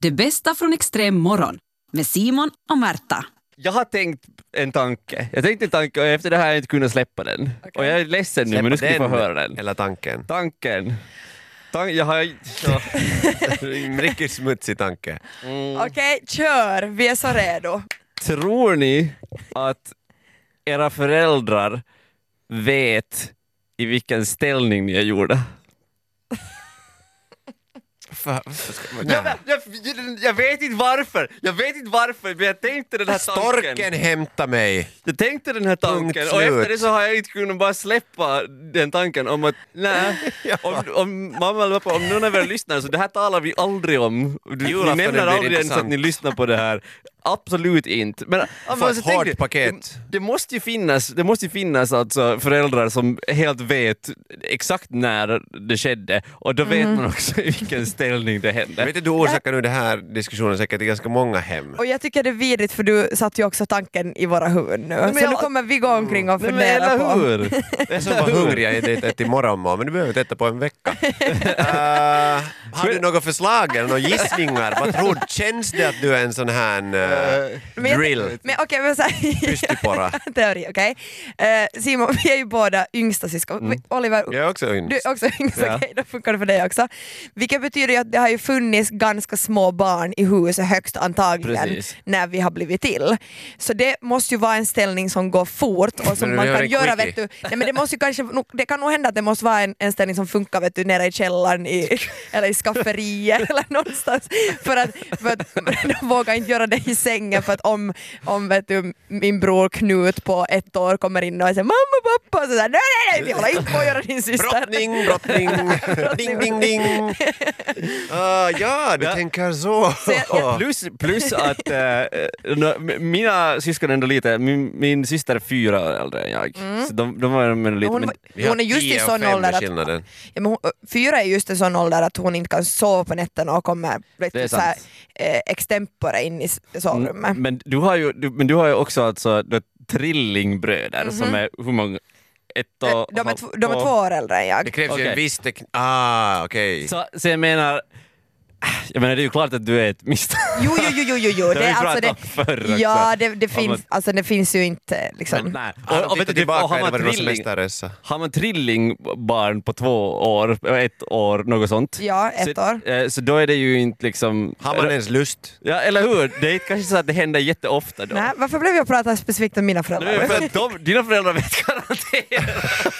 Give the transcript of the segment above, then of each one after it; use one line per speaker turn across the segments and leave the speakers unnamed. Det bästa från extrem morgon med Simon och Märta.
Jag har tänkt en tanke. Jag tänkte en tanke och efter det här har jag inte kunnat släppa den. Och jag är ledsen nu, men nu ska ni få höra den.
Eller tanken.
Tanken. Tan- jag har... Ja.
En Riktigt smutsig tanke.
Mm.
Okej, kör! Vi är så redo.
Tror ni att era föräldrar vet i vilken ställning ni är gjorda?
Fan, varför ska man-
Jag, jag, jag vet inte varför, jag vet inte varför, men jag tänkte den här tanken.
Storken hämtar mig!
Jag tänkte den här tanken
Punkt
och efter
slut.
det så har jag inte kunnat bara släppa den tanken om att nej, om, om mamma eller pappa, om någon av er lyssnar så det här talar vi aldrig om. Du, ni
Julaftonen blir
nämner aldrig ens
intressant.
att ni lyssnar på det här. Absolut inte. Men,
Får
alltså,
ett
tänk
hårt
dig,
paket.
Det, det måste ju finnas, det måste ju finnas alltså föräldrar som helt vet exakt när det skedde och då vet man också i vilken ställning det hände.
Mhm. Vet du, du orsakar nu den här diskussionen säkert i ganska många hem.
Och jag tycker det är vidrigt för du satt ju också tanken i våra huvuden nu.
men
Så
jag-
nu kommer vi gå omkring och
Nej, men
fundera
eller
på...
hur?
Jag som var hungrig, jag hade inte ätit morgonmat, men du behöver inte äta på en vecka. Eh, har du några förslag eller några gissningar? Vad tror du? Känns det att du är en sån här eh,
Men jag-
drill?
Men okej, men så
Pystiporra.
här, teori, okej? Eh, Simon, vi är ju båda yngsta syskon. Oliver,
Jag är också ung.
Du är också yngst,
Mm. Ja.
okej då funkar det för dig också. Vilket betyder ju att det har ju funnits ganska små barn i huset högst antagligen
Precis.
när vi har blivit till. Så det måste ju vara en ställning som går fort och
Men
som
vi
man
gör
kan
en
göra
quickie.
vet du. Nej, men det, måste ju kanske, nog- det kan nog hända att det måste vara en, en ställning som funkar vet du nere i källaren i, eller i skafferiet eller någonstans. För att, för att de vågar inte göra det i sängen för att om, om vet du, min bror Knut på ett år kommer in och säger mamma pappa och så där, nej nej nej vi håller inte på att göra din syster.
Brottning, brottning, ding, ding, ding. Ah, ja, du tänker så.
jag-
Plus, plus att eh, nå- m- mina syskon är ändå lite, min, min syster är fyra år äldre än jag. Så de, de var ändå lite,
Mm. Hon,
men,
Vi har
hon är just i
tio och
sån
fem
ålder att,
skillnaden.
ja, men hon, fyra är just i sån ålder att hon inte kan sova på nätterna och kommer vet
Det är
du, så här,
sant. Mm.
eh, extempore in i s- sovrummet.
men, du har ju, du, men du har ju också alltså, du har trillingbröder som är hur många? Ett och
Eh, Mhm. de, är två, de är två år äldre
Det
än jag.
krävs ju
Okej.
en viss teknik. Ah, okej.
Så, så jag menar, jag menar det är ju klart att du är ett misstag.
Jo, jo, jo, jo, jo, jo.
Det har vi
alltså
pratat om förr också.
Ja, det, det,
Om
finns,
att-
alltså, det finns ju inte eh, liksom...
Nej.
Och, och vet du,
det-
tillbaka,
och har man
det var det
trilling-
semesterresa.
Har man trillingbarn på två år, ett år, något sånt?
Ja, ett år.
Så, eh, så då är det ju inte liksom...
Har man ens lust?
Ja, eller hur? Det är inte kanske så att det händer jätteofta då.
Nej, varför blev jag prata specifikt om mina
Det är
föräldrar?
för att de, dina föräldrar vet garanterat.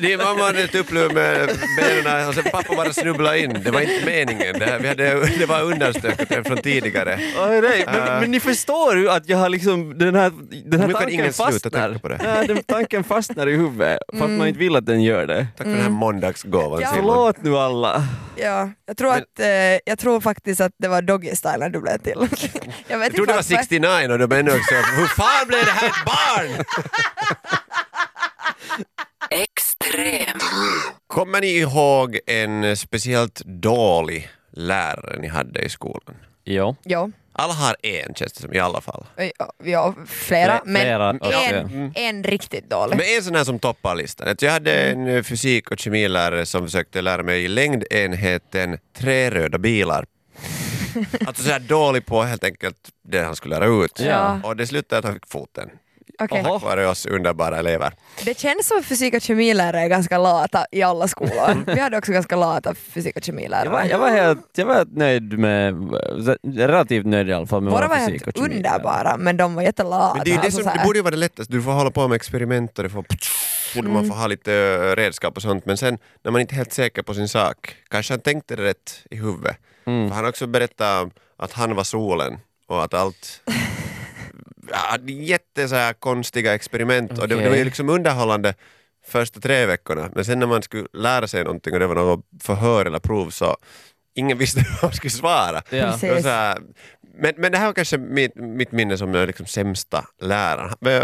Det är mamma hade ett uppluv med benen och sen pappa bara snubblade in. Det var inte meningen. Det, här, vi hade, det var undanstökat redan från tidigare.
Åh, nej, men, men ni förstår ju att jag har liksom den här, den här
Nu kan
tanken
ingen sluta
fastnar.
tänka på det.
Ja, den tanken fastnar i huvudet fast man
Mm.
inte vill att den gör det.
Tack för den här måndagsgåvan
Ja.
Simon.
Förlåt nu alla.
Ja, jag, tror att, eh, jag tror faktiskt att det var Doggy Style när du blev till. jag vet
Jag trodde det var 69 och de är ännu också... Hur fan blev det här ett barn?
Extrem.
Kommer ni ihåg en speciellt dålig lärare ni hade i skolan?
Jo.
Jo,
Alla har en känns det som i alla fall.
ja, ja, flera,
Fle-
men
flera, alltså, ja.
en, en riktigt dålig.
Men en sån här som toppar listan. Att Jag hade en eh, fysik och kemilärare som försökte lära mig längdenheten tre röda bilar. Alltså så här dålig på helt enkelt det han skulle lära ut.
Ja.
Och det slutade att han fick foten.
Okej.
Jaha.
Tack vare oss underbara elever.
Det känns som att fysik och kemilärare är ganska lata i alla skolor. Vi hade också ganska lata fysik och
Jag var,
kemilärare.
jag, var helt, jag var helt nöjd med, relativt nöjd i alla fall med
Våra var
fysik
helt
och kemi.
underbara men de var jättelata.
Men det, är ju det,
alltså
som,
så här.
det borde ju vara det lättaste. Du får hålla på med experiment och du får borde man få ha lite eh, redskap och sånt. Men sen när man inte är helt säker på sin sak, kanske han tänkte det rätt i huvudet. För han har också berättat att han var solen och att allt... Ja, det är jätte så här konstiga experiment och det, det var
Okej.
ju liksom underhållande första tre veckorna. Men sen när man skulle lära sig någonting och det var något förhör eller prov så ingen visste vad man skulle svara.
Ja.
Precis.
Det var så här, Men, men det här var kanske mitt, mitt minne som den liksom sämsta läraren. Men,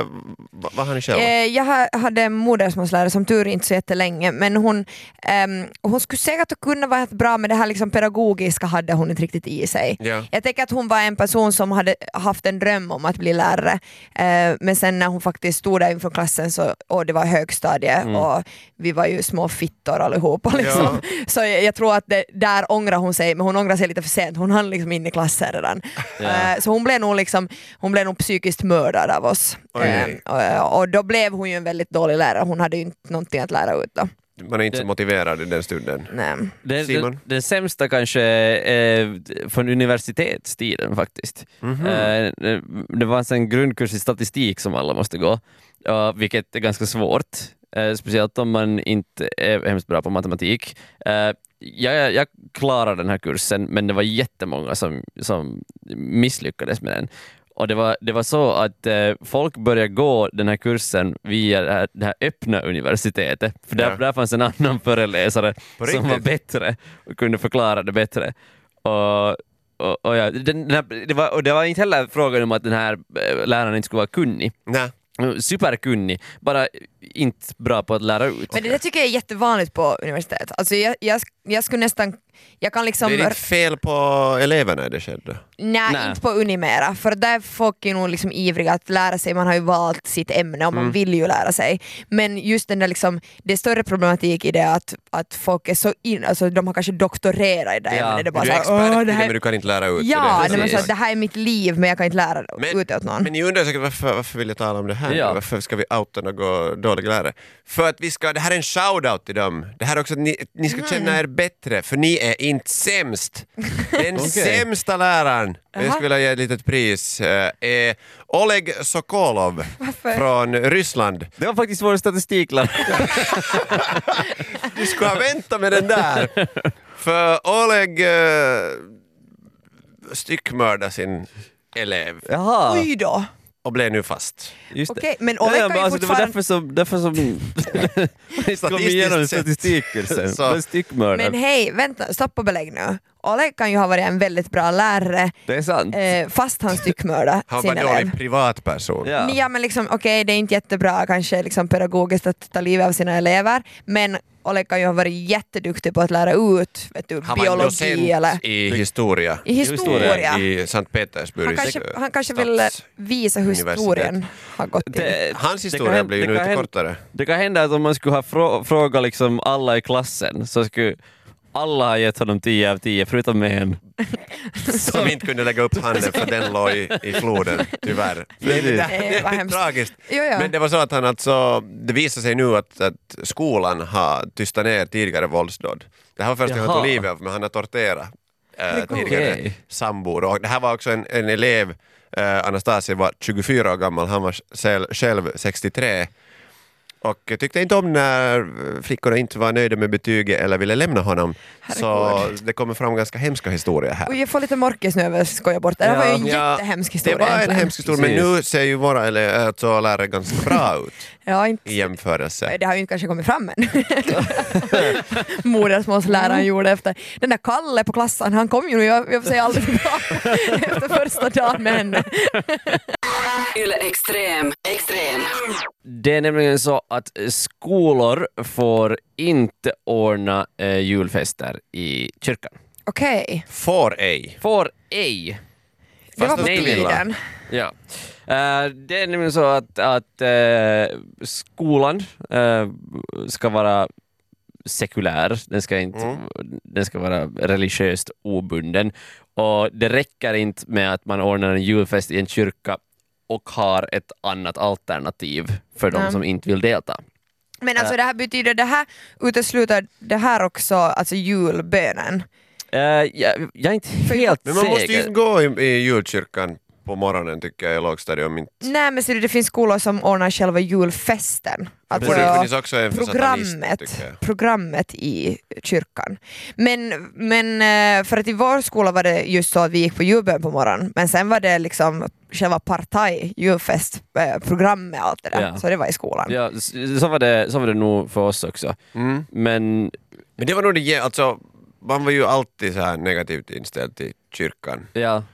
Vad vad har ni själva?
Eh, jag ha- hade en modersmålslärare som tur inte så jättelänge men hon, ehm, hon skulle säkert kunna vara helt bra men det här liksom pedagogiska hade hon inte riktigt i sig.
Ja.
Jag tänker att hon var en person som hade haft en dröm om att bli lärare eh, men sen när hon faktiskt stod där inför klassen så, och det var högstadie
Mm.
och vi var ju små fittor allihopa liksom. Så jag, jag tror att det, där ångrar hon sig men hon ångrar sig lite för sent, hon hann liksom in i klassen redan. Eh, så hon blev nog liksom, hon blev nog psykiskt mördad av oss.
Oj.
Eh, och, och då blev hon ju en väldigt dålig lärare, hon hade ju inte någonting att lära ut då.
Man är inte så motiverad i den stunden.
Nej.
Det, det,
Simon?
det sämsta kanske är eh, från universitetstiden faktiskt.
Mhm.
Eh, det- Det fanns en grundkurs i statistik som alla måste gå, ja, vilket är ganska svårt. eh, Speciellt om man inte är hemskt bra på matematik. Eh, Jag, jag klarade den här kursen, men det var jättemånga som, som misslyckades med den. Och det var, det var så att eh, folk började gå den här kursen via det här, det här öppna universitetet, för där,
Ja.
där fanns en annan föreläsare
På
som var
riktigt?
bättre och kunde förklara det bättre. Och, och, och, ja, den, den här, det, var, och det var inte heller frågan om att den här eh, läraren inte skulle vara kunnig.
Nej.
Superkunnig, bara inte bra på att lära ut.
Men det där tycker jag är jättevanligt på universitet. Alltså jag, jag, jag skulle nästan, jag kan liksom
Blir det inte fel på eleverna i det skedet?
Nej,
Nej.
inte på Unimera, för där är folk ju nog liksom ivriga att lära sig, man har ju valt sitt ämne och
Mm.
man vill ju lära sig. Men just den där liksom, det är större problematik i det att, att folk är så in, alltså de har kanske doktorerat i det
Ja.
ämnet. Det är bara
Du är
så här,
expert
"Åh,
i
det
det,
här...
men du kan inte lära ut
Ja,
det.
nej, men så
precis.
att det här är mitt liv men jag kan inte lära det
Men-
ut åt någon.
Men ni undrar säkert varför, varför vill jag tala om det här?
Ja.
Varför ska vi outa några dåliga lärare? För att vi ska, det här är en shout-out till dem. Det här är också att ni, ni ska känna er bättre, för ni är inte sämst. Den
Okej.
sämsta läraren, jag
Jaha.
skulle vilja ge ett litet pris, eh, är Oleg Sokolov från Ryssland.
Det var faktiskt vår statistiklärare.
Du skulle ha väntat med den där! För Oleg eh, styckmördade sin elev
Jaha,
Oj då!
och blev nu fast.
just det.
Okej, men
Ja,
Oleg
ja,
kan
men
ju
alltså, det var
fortfarande...
därför som... Därför som Statistiskt kom igenom
sett.
statistikkursen.
Så.
Så. Styckmördad.
Men hej, vänta, stopp och belägg nu. Oleg kan ju ha varit en väldigt bra lärare
Det är sant.
eh, fast han styckmördade
Han var
sin
en
elev.
dålig privatperson.
Ja.
Ja men liksom okej det är inte jättebra kanske liksom pedagogiskt att ta livet av sina elever men Oleg kan ju ha varit jätteduktig på att lära ut vet du,
Han var en docent
biologi eller
i historia.
i historia.
I Sankt Petersburgs
Han kanske, han kanske ville
stats-
visa hur
universitet.
historien har gått till.
Det-
Hans
det
historia
kan hän-
blir ju
det
nu
kan
lite
hän-
kortare.
Det kan hända att om man skulle ha frå- frågat liksom alla i klassen så skulle alla ha gett honom 10 av 10 förutom en.
Som inte kunde lägga upp handen för den låg i, i floden, tyvärr. Nej, men det, det
Eh, vad
är
hemskt.
tragiskt.
Jo, ja.
Men det var så att han alltså, det visar sig nu att, att skolan har tystat ner tidigare våldsdåd. Det här var första gången han tog
Jaha.
livet av, men han har torterat eh,
coolt.
tidigare
Okej.
sambor. Och det här var också en, en elev, eh, Anastasia var 24 år gammal, han var själv, själv 63. Och tyckte inte om när flickorna inte var nöjda med betyget eller ville lämna honom. Så
Herregud.
det kommer fram ganska hemskoa historier här.
Och jag får lite morkis nu över att skoja bort det. Det här var ju en
Ja.
jättehemsk
Det
historia.
var en
egentligen.
hemsk historia, men
Precis.
nu ser ju våra eller, alltså, lärare ganska bra ut
Ja, inte,
i jämförelse.
Eh, det har ju inte kanske kommit fram än. Modersmålsläraren gjorde efter. Den där Kalle på klassen, han kom ju nu, jag, jag säger aldrig tillbaka efter första dagen med henne.
Yle Extrem. Extrem.
Det är nämligen så att skolor får inte ordna eh, julfester i kyrkan.
Okej,
Får ej.
Får ej.
det var på
de skulle vilja.
tiden.
Ja. Eh, det är nämligen så att, att eh, skolan eh, ska vara sekulär, den ska, inte,
Mm.
den ska vara religiöst obunden. Och det räcker inte med att man ordnar en julfest i en kyrka och har ett annat alternativ för de
Nej.
som inte vill delta.
Men alltså det här betyder, det här utesluter det här också, alltså julbönen.
Eh, jag, jag är inte helt
Men man måste ju
säker.
inte gå i, i julkyrkan på morgonen tycker jag i lågstadiet. om inte-
Nej men ser du, det finns skolor som ordnar själva julfesten. Att
Borde
vara-
det finnas också en för satanist,
Alltså, programmet,
tycker jag.
programmet i kyrkan. Men, men eh, för att i vår skola var det just så att vi gick på julbön på morgonen men sen var det liksom själva partaj, julfest, eh, programmet och allt det där.
Ja.
Så det var i skolan.
Ja, s- så, var det, så var det nog för oss också.
Mm.
Men
Men det var nog det, ge- alltså, man var ju alltid så här negativt inställd till kyrkan.
ja,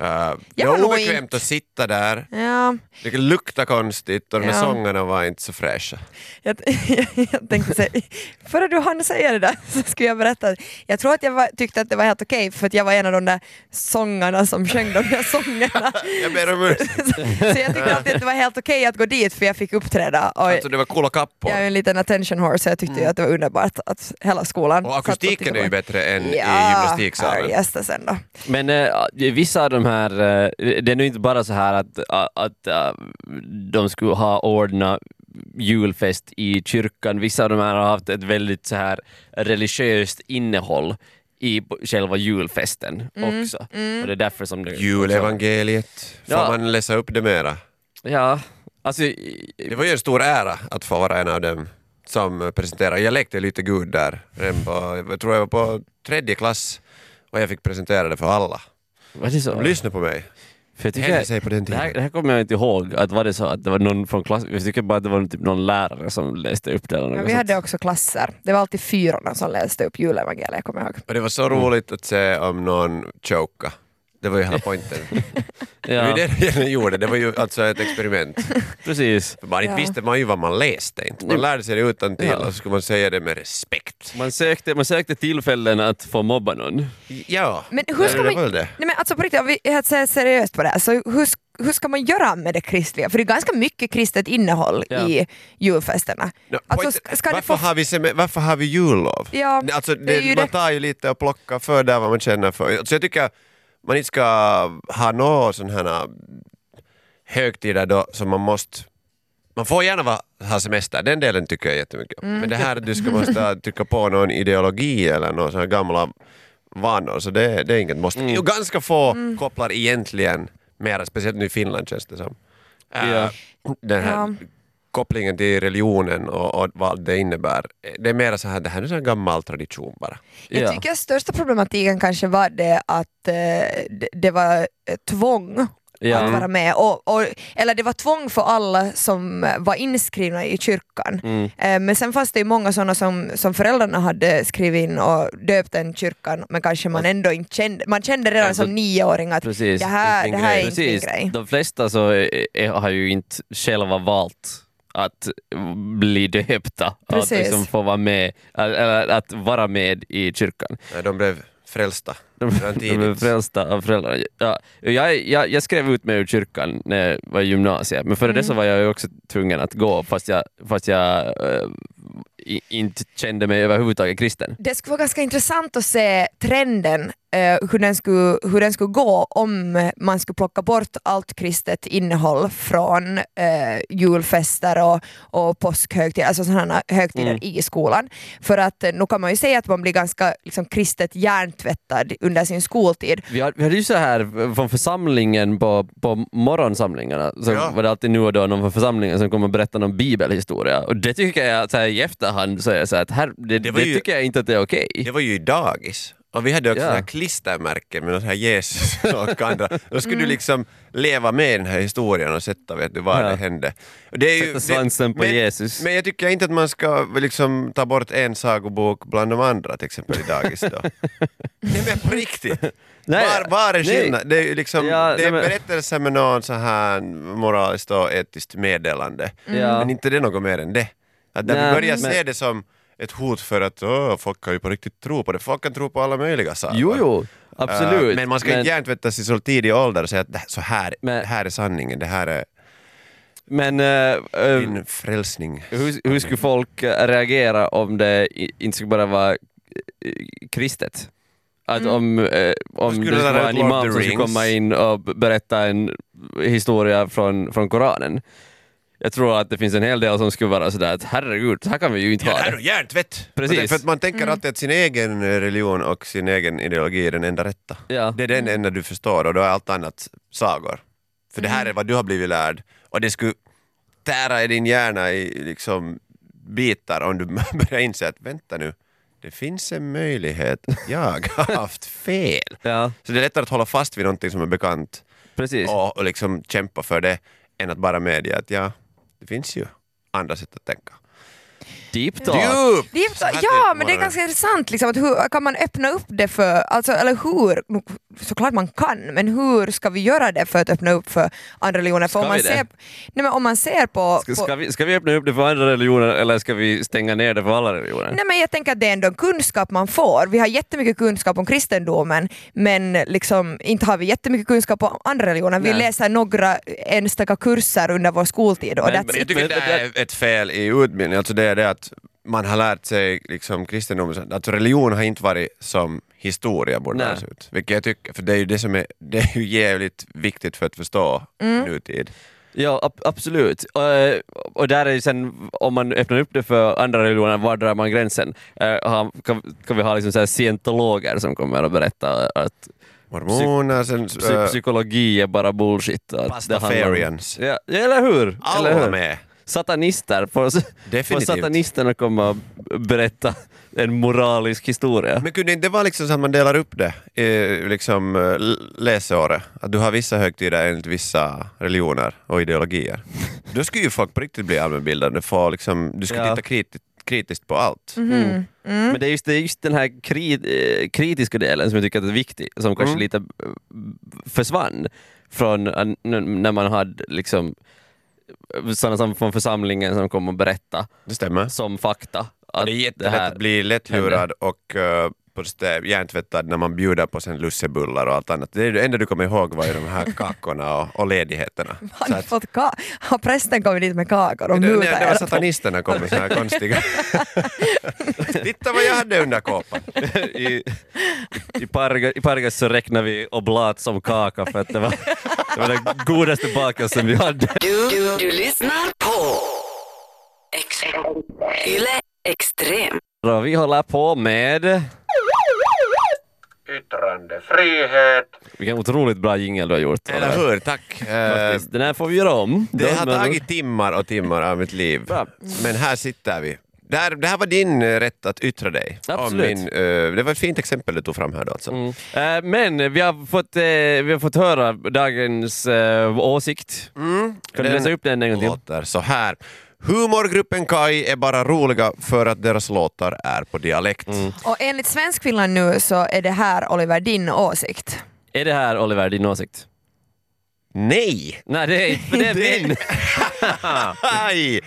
Eh, det
var
var
nog
obekvämt
inte-
att sitta där,
Ja,
det luktade konstigt och de här
Ja.
sångerna var inte så fräscha.
jag, jag tänkte säga, före du hann säga det där så skulle jag berätta. att Jag tror att jag var, tyckte att det var helt okej för att jag var en av de där sångarna som sjöng de där sångerna.
Jag ber om ursäkt,
så, så jag tyckte alltid att det var helt okej att gå dit för jag fick uppträda. Och
alltså det var coola kappor.
jag är ju en liten attention horse så jag tyckte ju att det var underbart att hela skolan
Mm. Och akustiken är ju bättre än i
Ja,
gymnastiksalen.
herrejösses ändå.
Men eh, vissa av de här, eh, det är nu inte bara så här att, a- att eh, de skulle ha ordnat julfest i kyrkan. Vissa av de här har haft ett väldigt så här religiöst innehåll i b- själva julfesten
Mm,
också. Och det är därför som det...
Julevangeliet, får
Ja.
man läsa upp det mera?
Ja, alltså... i-
Det var ju en stor ära att få vara en av dem som presenterade. Jag lekte lite gud där, redan på, jag tror jag var på tredje klass och jag fick presentera det för alla.
Var det så?
De lyssnade på mig.
För jag tycker,
Hände sig på den
det, här, det
tiden.
här kommer jag inte ihåg, att var det så att det var någon från klassen? Jag tycker bara att det var typ någon lärare som läste upp det. Eller något
Men vi
sånt.
hade också klasser. Det var alltid fyrorna som läste upp julevangeliet, kommer jag ihåg.
Och det var så roligt att se om någon choka. Det var ju hela poängen. Det var ju det
ja,
det jag gjorde, det var ju alltså ett experiment.
precis.
För man inte
Ja.
visste man ju vad man läste inte. Man lärde sig det utan till
Ja.
och så skulle man säga det med respekt.
Man sökte, man sökte tillfällen att få mobba någon.
Ja,
Men hur ska
det
man-
var väl det.
Nej men alltså på riktigt, om vi är helt ser- seriöst på det här, så hur, sk- hur ska man göra med det kristliga? För det är ganska mycket kristet innehåll
Ja.
i julfesterna.
No,
Alltså,
pointen-
ska- ska det
varför,
få-
har vi sem- varför har vi jullov?
Ja,
Nej, alltså,
det
det,
är ju
man
det.
tar ju lite och plockar för där vad man känner för. Så jag tycker man inte ska ha några sådana här äh, högtider då som man måste man får gärna va, ha semester, den delen tycker jag jättemycket
Mm.
om. Men det här att du ska måste trycka på någon ideologi eller några sådana gamla vanor, så det, det är inget måste. Och ganska få
Mm.
kopplar egentligen mera, speciellt nu i Finland känns det som. Äh,
Ja.
Den här
Ja.
kopplingen till religionen och, och vad det innebär. Det är mera så här, det här är en sån här gammal tradition bara.
Ja.
Jag tycker att största problematiken kanske var det att eh, det, det var eh, tvång
Ja.
att vara med. Och, och, eller det var tvång för alla som eh, var inskrivna i kyrkan.
Mm,
Eh, Men sen fanns det ju många sådana som, som föräldrarna hade skrivit in och döpt en kyrkan men kanske man ändå inte kände. Man kände redan
Alltså,
som nioåring att
Precis.
det här, det
Inte min
här är
grej.
inte min grej.
De flesta så är, är, har ju inte själva valt att bli döpta, att
Precis.
liksom få vara med, eller att vara med i kyrkan.
Nej, De blev frälsta.
De,
Redan
de blev
tidigt.
frälsta av föräldrarna. Ja, jag, jag, jag skrev ut mig ur kyrkan när jag var i gymnasiet, men före det
Mm.
så var jag ju också tvungen att gå fast jag, fast jag eh, i, inte kände mig överhuvudtaget kristen.
Det skulle vara ganska intressant att se trenden, eh, hur, den skulle, hur den skulle gå om man skulle plocka bort allt kristet innehåll från eh, julfester och, och påskhögtider, alltså sådana högtider i skolan. För att eh, nu kan man ju säga att man blir ganska liksom, kristet hjärntvättad under sin skoltid.
Vi hade, vi hade ju så här från församlingen på, på morgonsamlingarna, så
Ja.
var det alltid nu och då någon från församlingen som kom och berättade någon bibelhistoria. Och det tycker jag så här, i efterhand, så är jag så här, att här, det, det,
var ju-
tycker jag inte att det är okej.
Det var ju i dagis. Och vi hade också
Ja.
yeah. här klistermärken med något här Jesus och andra. Då skulle du liksom leva med den här historien och sätta vet du, vad
Ja.
det hände. Och Det är
Sätta svansen på
men,
Jesus.
Men jag tycker inte att man ska liksom ta bort en sagobok bland de andra till exempel i dagis då. Nej men på riktigt!
Nej,
var, var
nej.
är skillnaden? Det är ju liksom,
Ja,
det
nej,
är
men-
berättelser med någon så här moraliskt och etiskt meddelande.
Mm. Ja.
Men inte det något mer än det. Att när
Nej,
vi börjar
men-
se det som ett hot för att åh, folk kan ju på riktigt tro på det. Folk kan tro på alla möjliga saker.
Jo, jo,
Äh,
absolut.
men man ska inte hjärntvätta sig så tidig ålder och säga att det här- så här,
Men-
det här är sanningen, det här är
men, eh, eh,
din frälsning.
hur, hur skulle folk eh, reagera om det i- inte skulle bara vara eh, kristet? Att om, eh,
Då
om
skulle
det
det
skulle
där
vara en
Lord of
imam som
the
skulle
Rings.
komma in och b- berätta en historia från, från Koranen. Jag tror att det finns en hel del som skulle vara sådär att herregud, så här kan vi ju inte
Ja,
ha
det här är
det.
ju hjärntvätt!
Precis. Mm.
För att man tänker alltid att sin egen religion och sin egen ideologi är den enda rätta.
Ja.
Det är
Mm.
den enda du förstår och då är allt annat sagor. För det här
Mm.
är vad du har blivit lärd och det skulle tära i din hjärna i liksom bitar om du börjar inse att vänta nu, det finns en möjlighet, jag har haft fel.
Ja,
Så det är lättare att hålla fast vid någonting som är bekant
precis.
och, och liksom kämpa för det än att bara medge att ja, det finns ju andra sätt att tänka.
Deep talk.
Djup!
Det är,
Så här
ja,
typ
till
men det är
morgonen.
ganska intressant liksom, att hur kan man öppna upp det för, alltså, eller hur, nu, såklart man kan, men hur ska vi göra det för att öppna upp för andra religioner? För
Ska
om man
vi det?
ser, nej, men om man ser på...
Ska,
på
ska, vi, ska vi öppna upp det för andra religioner eller ska vi stänga ner det för alla religioner?
Nej, men jag tänker att det är ändå en kunskap man får. Vi har jättemycket kunskap om kristendomen men liksom, inte har vi jättemycket kunskap om andra religioner. Vi
Nej.
läser några enstaka kurser under vår skoltid och
Men-
that's
Men
it.
jag tycker det är ett fel i utbildningen, alltså det är det att man har lärt sig liksom kristendom, att religion har inte varit som historia borde
Nej.
läras ut. Vilket jag tycker, för det är ju det som är, det är ju jävligt viktigt för att förstå nutid.
Ja, ab- absolut. Eh, och där är ju sen, om man öppnar upp det för andra religioner, var drar man gränsen? Eh, har- kan, kan vi ha liksom så här scientologer som kommer och berätta att
Mormoner, sen...
psy-
äh,
psykologi är bara bullshit? och Att det handlar om-
Pastafarians.
ja, ja, eller hur? eller
Alla
hur?
med!
Satanister, får, får
Definitivt.
satanisterna komma och berätta en moralisk historia?
Men kunde inte det vara liksom så att man delar upp det, eh, liksom eh, l- läsåret? Att du har vissa högtider enligt vissa religioner och ideologier. Då skulle ju folk på riktigt bli allmänbildade, få liksom, du skulle
Ja.
titta kritiskt, kritiskt på allt.
Mm. Mm.
Men det är just, det är just den här kri, eh, kritiska delen som jag tycker att är viktig, som kanske
Mm.
lite eh, försvann från eh, n- när man hade liksom eh, sådana som från församlingen som kom och berättade
Det stämmer.
som fakta. Att
det är
det
jättelätt
här-
att bli lättlurad och eh, på det där hjärntvättad när man bjuder på sen lussebullar och allt annat. Det är det enda du kommer ihåg var ju de här kakorna och, och ledigheterna.
Har
Så
ni
att-
fått ka- har prästen kommit dit med kakor och
Det, det,
mutar
det var
alltså,
er?
satanisterna kom med såna här konstiga... Titta vad jag hade under kåpan!
I, i, Parga, I Pargas så räknar vi oblat som kaka för att det var, det var den godaste bakelsen vi hade.
Du, du, du lyssnar på Ex- Yle Extrem.
Och vi håller på med...
Yttrandefrihet.
Vilken otroligt bra jingel du har gjort. Olle.
Eller hur, tack! Eh,
Faktiskt. Den här får vi göra om.
Det har
Men-
tagit timmar och timmar av mitt liv.
Bra.
Men här sitter vi. Där, det här var din eh, rätt att yttra dig. om
Absolut.
min, eh, det var ett fint exempel du tog fram här då alltså.
Mm. Eh, Men vi har fått, eh, vi har fått höra dagens eh, åsikt.
Mm.
Kan du
Den-
läsa upp den en gång till?
Låter så här. Humorgruppen Kai är bara roliga för att deras låtar är på dialekt.
Och enligt Svenskfinland nu så är det här Oliver din åsikt.
Är det här Oliver din åsikt?
Nej!
Nej, det är inte, för det är min!
Aj!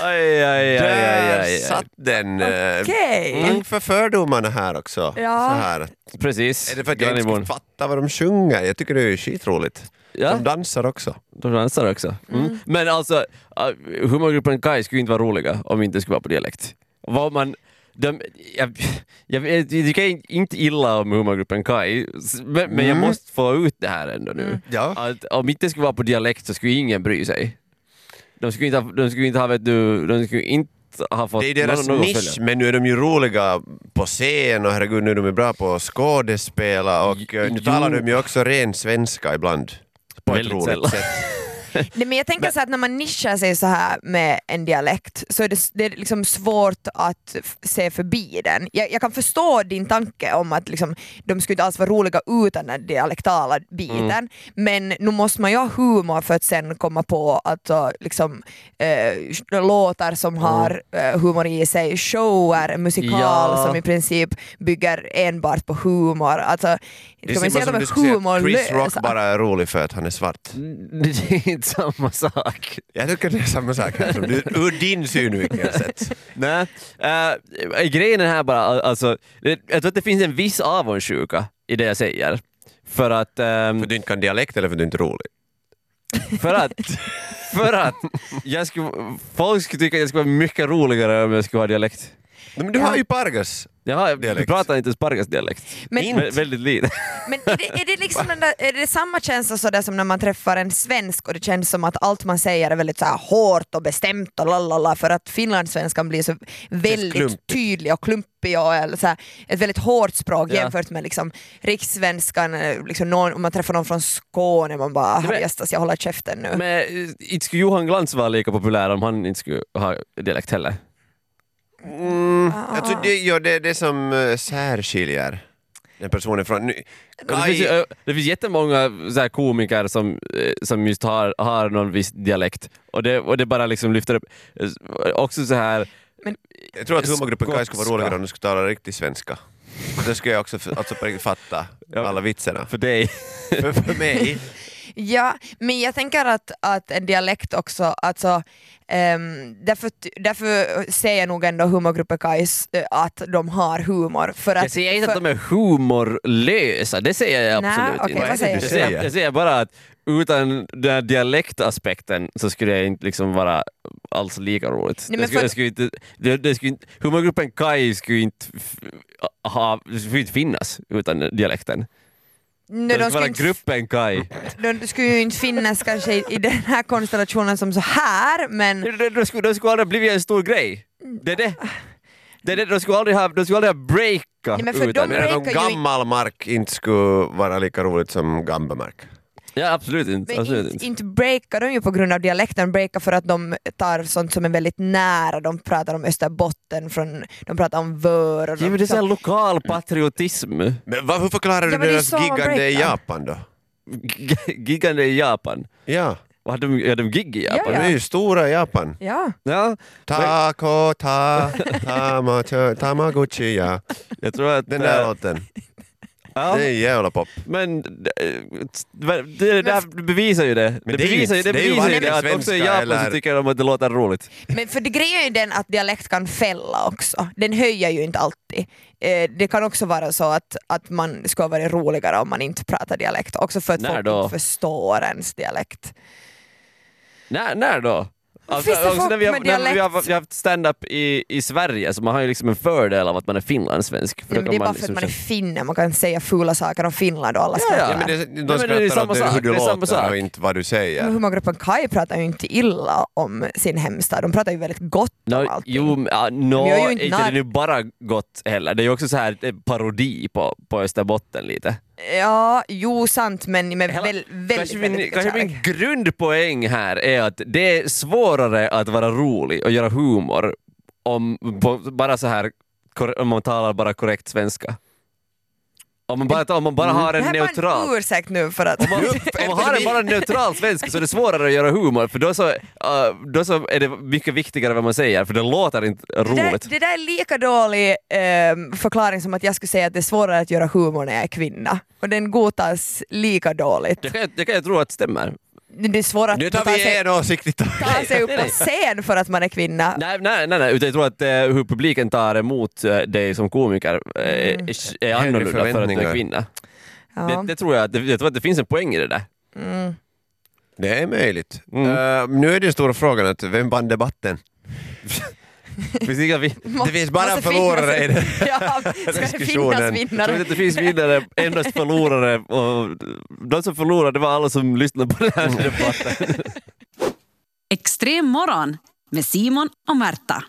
Aj, aj, aj, aj, aj,
Där
aj,
satt den! eh,
Okej!
Tack för fördomarna här också.
Ja.
Så här.
Precis.
Är det för att jag inte
Grannibon.
skulle fatta vad de sjunger? Jag tycker det är skitroligt.
Ja,
De dansar också.
de dansar också. Mm. Men alltså, eh, humorgruppen Kai skulle inte vara roliga om vi inte skulle vara på dialekt. Vad man... De, jag, jag, jag tycker inte illa om humorgruppen Kai, s- men, men jag
Mm.
måste få ut det här ändå nu.
Ja.
att om inte det skulle vara på dialekt så skulle ingen bry sig. De skulle inte ha, de skulle inte ha, vet du, de skulle inte ha fått
Det är deras nisch, men nu är de ju roliga på scen och herregud, nu är de ju bra på att skådespela och eh, nu
Jo.
talar de ju också ren svenska ibland. På ett
Väldigt
roligt
sällan.
sätt.
Nej, men jag tänker så att när man nischar sig så här med en dialekt så är det, det är liksom svårt att f- se förbi den. Jag, jag kan förstå din tanke om att liksom, de skulle inte alls vara roliga utan den dialektala biten
Mm.
men nu måste man ju ha humor för att sen komma på att så, liksom, eh, låtar som
Mm.
har eh, humor i sig, shower, musikal
Ja.
som i princip bygger enbart på humor. Alltså,
Det
ska man
är
säga
samma
att de
som du
är
skulle säga att Chris Rock
humorlösa?
bara är rolig för att han är svart.
Det är inte samma sak.
Jag tycker det är samma sak här som du, ur din synvinkel sett.
Nej. eh, grejen är här bara, al- alltså, det- jag tror att det finns en viss avundsjuka i det jag säger. För att... ehm,
För du inte kan dialekt eller för du inte är rolig.
För att, för att jag skulle, folk skulle tycka att jag skulle vara mycket roligare om jag skulle ha dialekt.
Men du har ju Pargas.
Jag har, du
Dialekt.
pratar inte spargas dialekt.
Men-
Vä- väldigt lite.
Men är det, är det, liksom den där, är det samma känsla så där som när man träffar en svensk och det känns som att allt man säger är väldigt så här hårt och bestämt och lalala för att finlandssvenskan blir så väldigt
klumpigt.
tydlig och klumpig och eller så här, ett väldigt hårt språk
Ja.
jämfört med liksom rikssvenskan, eh, liksom någon, om man träffar någon från Skåne man bara herrejösses jag håller käften nu.
Men eh, inte skulle Johan Glans vara lika populär om han inte skulle ha dialekt heller.
Mm, alltså det, ja, det är det som uh, särskiljer den personen från... Nu,
Och Det finns, ju,
Kai-
eh, det finns jättemånga så här komiker som, eh, som just har, har någon viss dialekt och det, och det bara liksom lyfter upp. eh, Också så här
Jag tror att humorgruppen Kaj skulle vara
Skotska.
roligare om du skulle tala riktig svenska. Då skulle jag också f- alltså, på riktigt fatta
Ja.
alla vitserna.
För dig.
För, för mig,
Ja, men jag tänker att, att en dialekt också, alltså, ehm, därför, ty- därför ser jag nog ändå humorgruppen Kajs eh, att de har humor. För att,
Jag säger inte
för,
att de är humorlösa, det säger jag
Nej,
absolut
okej,
inte.
vad säger
jag,
du?
säger, jag säger bara att utan den här dialektaspekten så skulle jag inte liksom vara alls lika roligt.
Nej,
det
men
skulle,
för-
det skulle inte, det, det skulle inte, humorgruppen Kai skulle inte, f- ha, det skulle inte finnas utan dialekten.
nej,
Det
de
skulle
skulle
vara
inte-
gruppen Kai.
de skulle ju inte finnas kanske i, i den här konstellationen som så här, men
De, de, de, skulle, de skulle aldrig ha blivit en stor grej. Det är det. det, är det. De, skulle aldrig ha, de skulle aldrig ha breaka
Nej, men för
utan
de
det.
break-
redan
ju-
gammal mark inte skulle vara lika roligt som gambemark.
Ja, absolut inte.
Men
Absolut
inte,
Alltså, inte.
inte breakar de ju på grund av dialekten, breakar för att de tar sånt som är väldigt nära. De pratar om Österbotten, från, de pratar om vör. Och
Ja,
de,
men det är så här
så,
lokal patriotism.
Men vad, hur förklarar du
Ja, men det är
deras
så man
giggande i
breakar.
Japan då?
G- Giggande i Japan.
Ja,
Och hade de, hade de gig i
de
Japan?
Ja.
är ju stora i Japan.
ja.
Ja,
Taco, ta, tamacho, tamaguchi, ja.
jag tror att...
Den där
eh,
låten,
ja,
det är jävla pop.
men det, det, det där bevisar ju det. Det
Men det är ju
bevisar ju
inte-
det,
det är ju
bevisar ju
varken
det att också i
svenska
Japan
eller-
så tycker de att det låter roligt.
Men för det grejen är ju den att dialekt kan fälla också. Den höjer ju inte alltid. Eh, det kan också vara så att, att man ska vara roligare om man inte pratar dialekt. Också för att
När
folk
då?
inte förstår ens dialekt.
När, när då? Alltså,
Finns det
också
folk
när vi har,
med
när vi har,
dialekt?
vi har haft stand-up i, i Sverige så man har ju liksom en fördel av att man är finlandssvensk. För då
Nej, men
kan
det är bara för
liksom
att man är
känna-
finne, man kan säga fula saker om Finland och alla
Ja, ja.
skrattar.
Ja, men det,
men
de
det är
skrattar det
samma
åt det,
sak,
hur
det
du
är samma
låter
sak.
och inte vad du
Men
säger.
humorgruppen Kai pratar ju inte illa om sin hemstad, de pratar ju väldigt gott om
No,
allting.
jo, men, ja, no,
Men jag är ju inte
inte det är
narr.
nu bara gott heller. Det är ju också så här eh, parodi på, på Österbotten lite.
Ja, jo sant men med
Hela-
väl, väldigt,
kanske min,
väldigt mycket
kanske
kärlek.
min grundpoäng här är att det är svårare att vara rolig och göra humor om på, bara så här kor- om man talar bara korrekt svenska. Om man bara, om man bara har
Mm. Det
en
här
neutral...
var en ursäkt nu för att...
Om man, om man har en bara neutral svensk så är det svårare att göra humor för då så, eh, då så är det mycket viktigare vad man säger för det låter inte
Det där,
roligt.
det där är lika dålig ehm, förklaring som att jag skulle säga att det är svårare att göra humor när jag är kvinna. Och den godtas lika dåligt.
Det kan, jag, det kan jag tro att stämmer.
Det är svårare
Nu
att
tar
ta
vi
sig,
en åsikt i
ta
taget.
sig upp
Nej,
på
nej.
scen för att man är kvinna.
Nej, nej, nej, nej. Utan jag tror att eh, hur publiken tar emot eh, dig som komiker eh, är, är annorlunda för att du är
förväntningar.
kvinna.
Mm. Ja.
Det, det tror jag, att- jag tror att det finns en poäng i det där.
Det är möjligt. Eh, nu är den stora frågan att vem vann debatten?
Finns det, inga vi-
Måste-
Det finns bara
måste
förlorare
finnas-
i den
Ja, ska det finnas
diskussionen.
jag tror
vinnare?
inte att det finns vinnare, endast förlorare. Och de som förlorade det var alla som lyssnade på den här debatten.
Extrem morgon med Simon och Märta.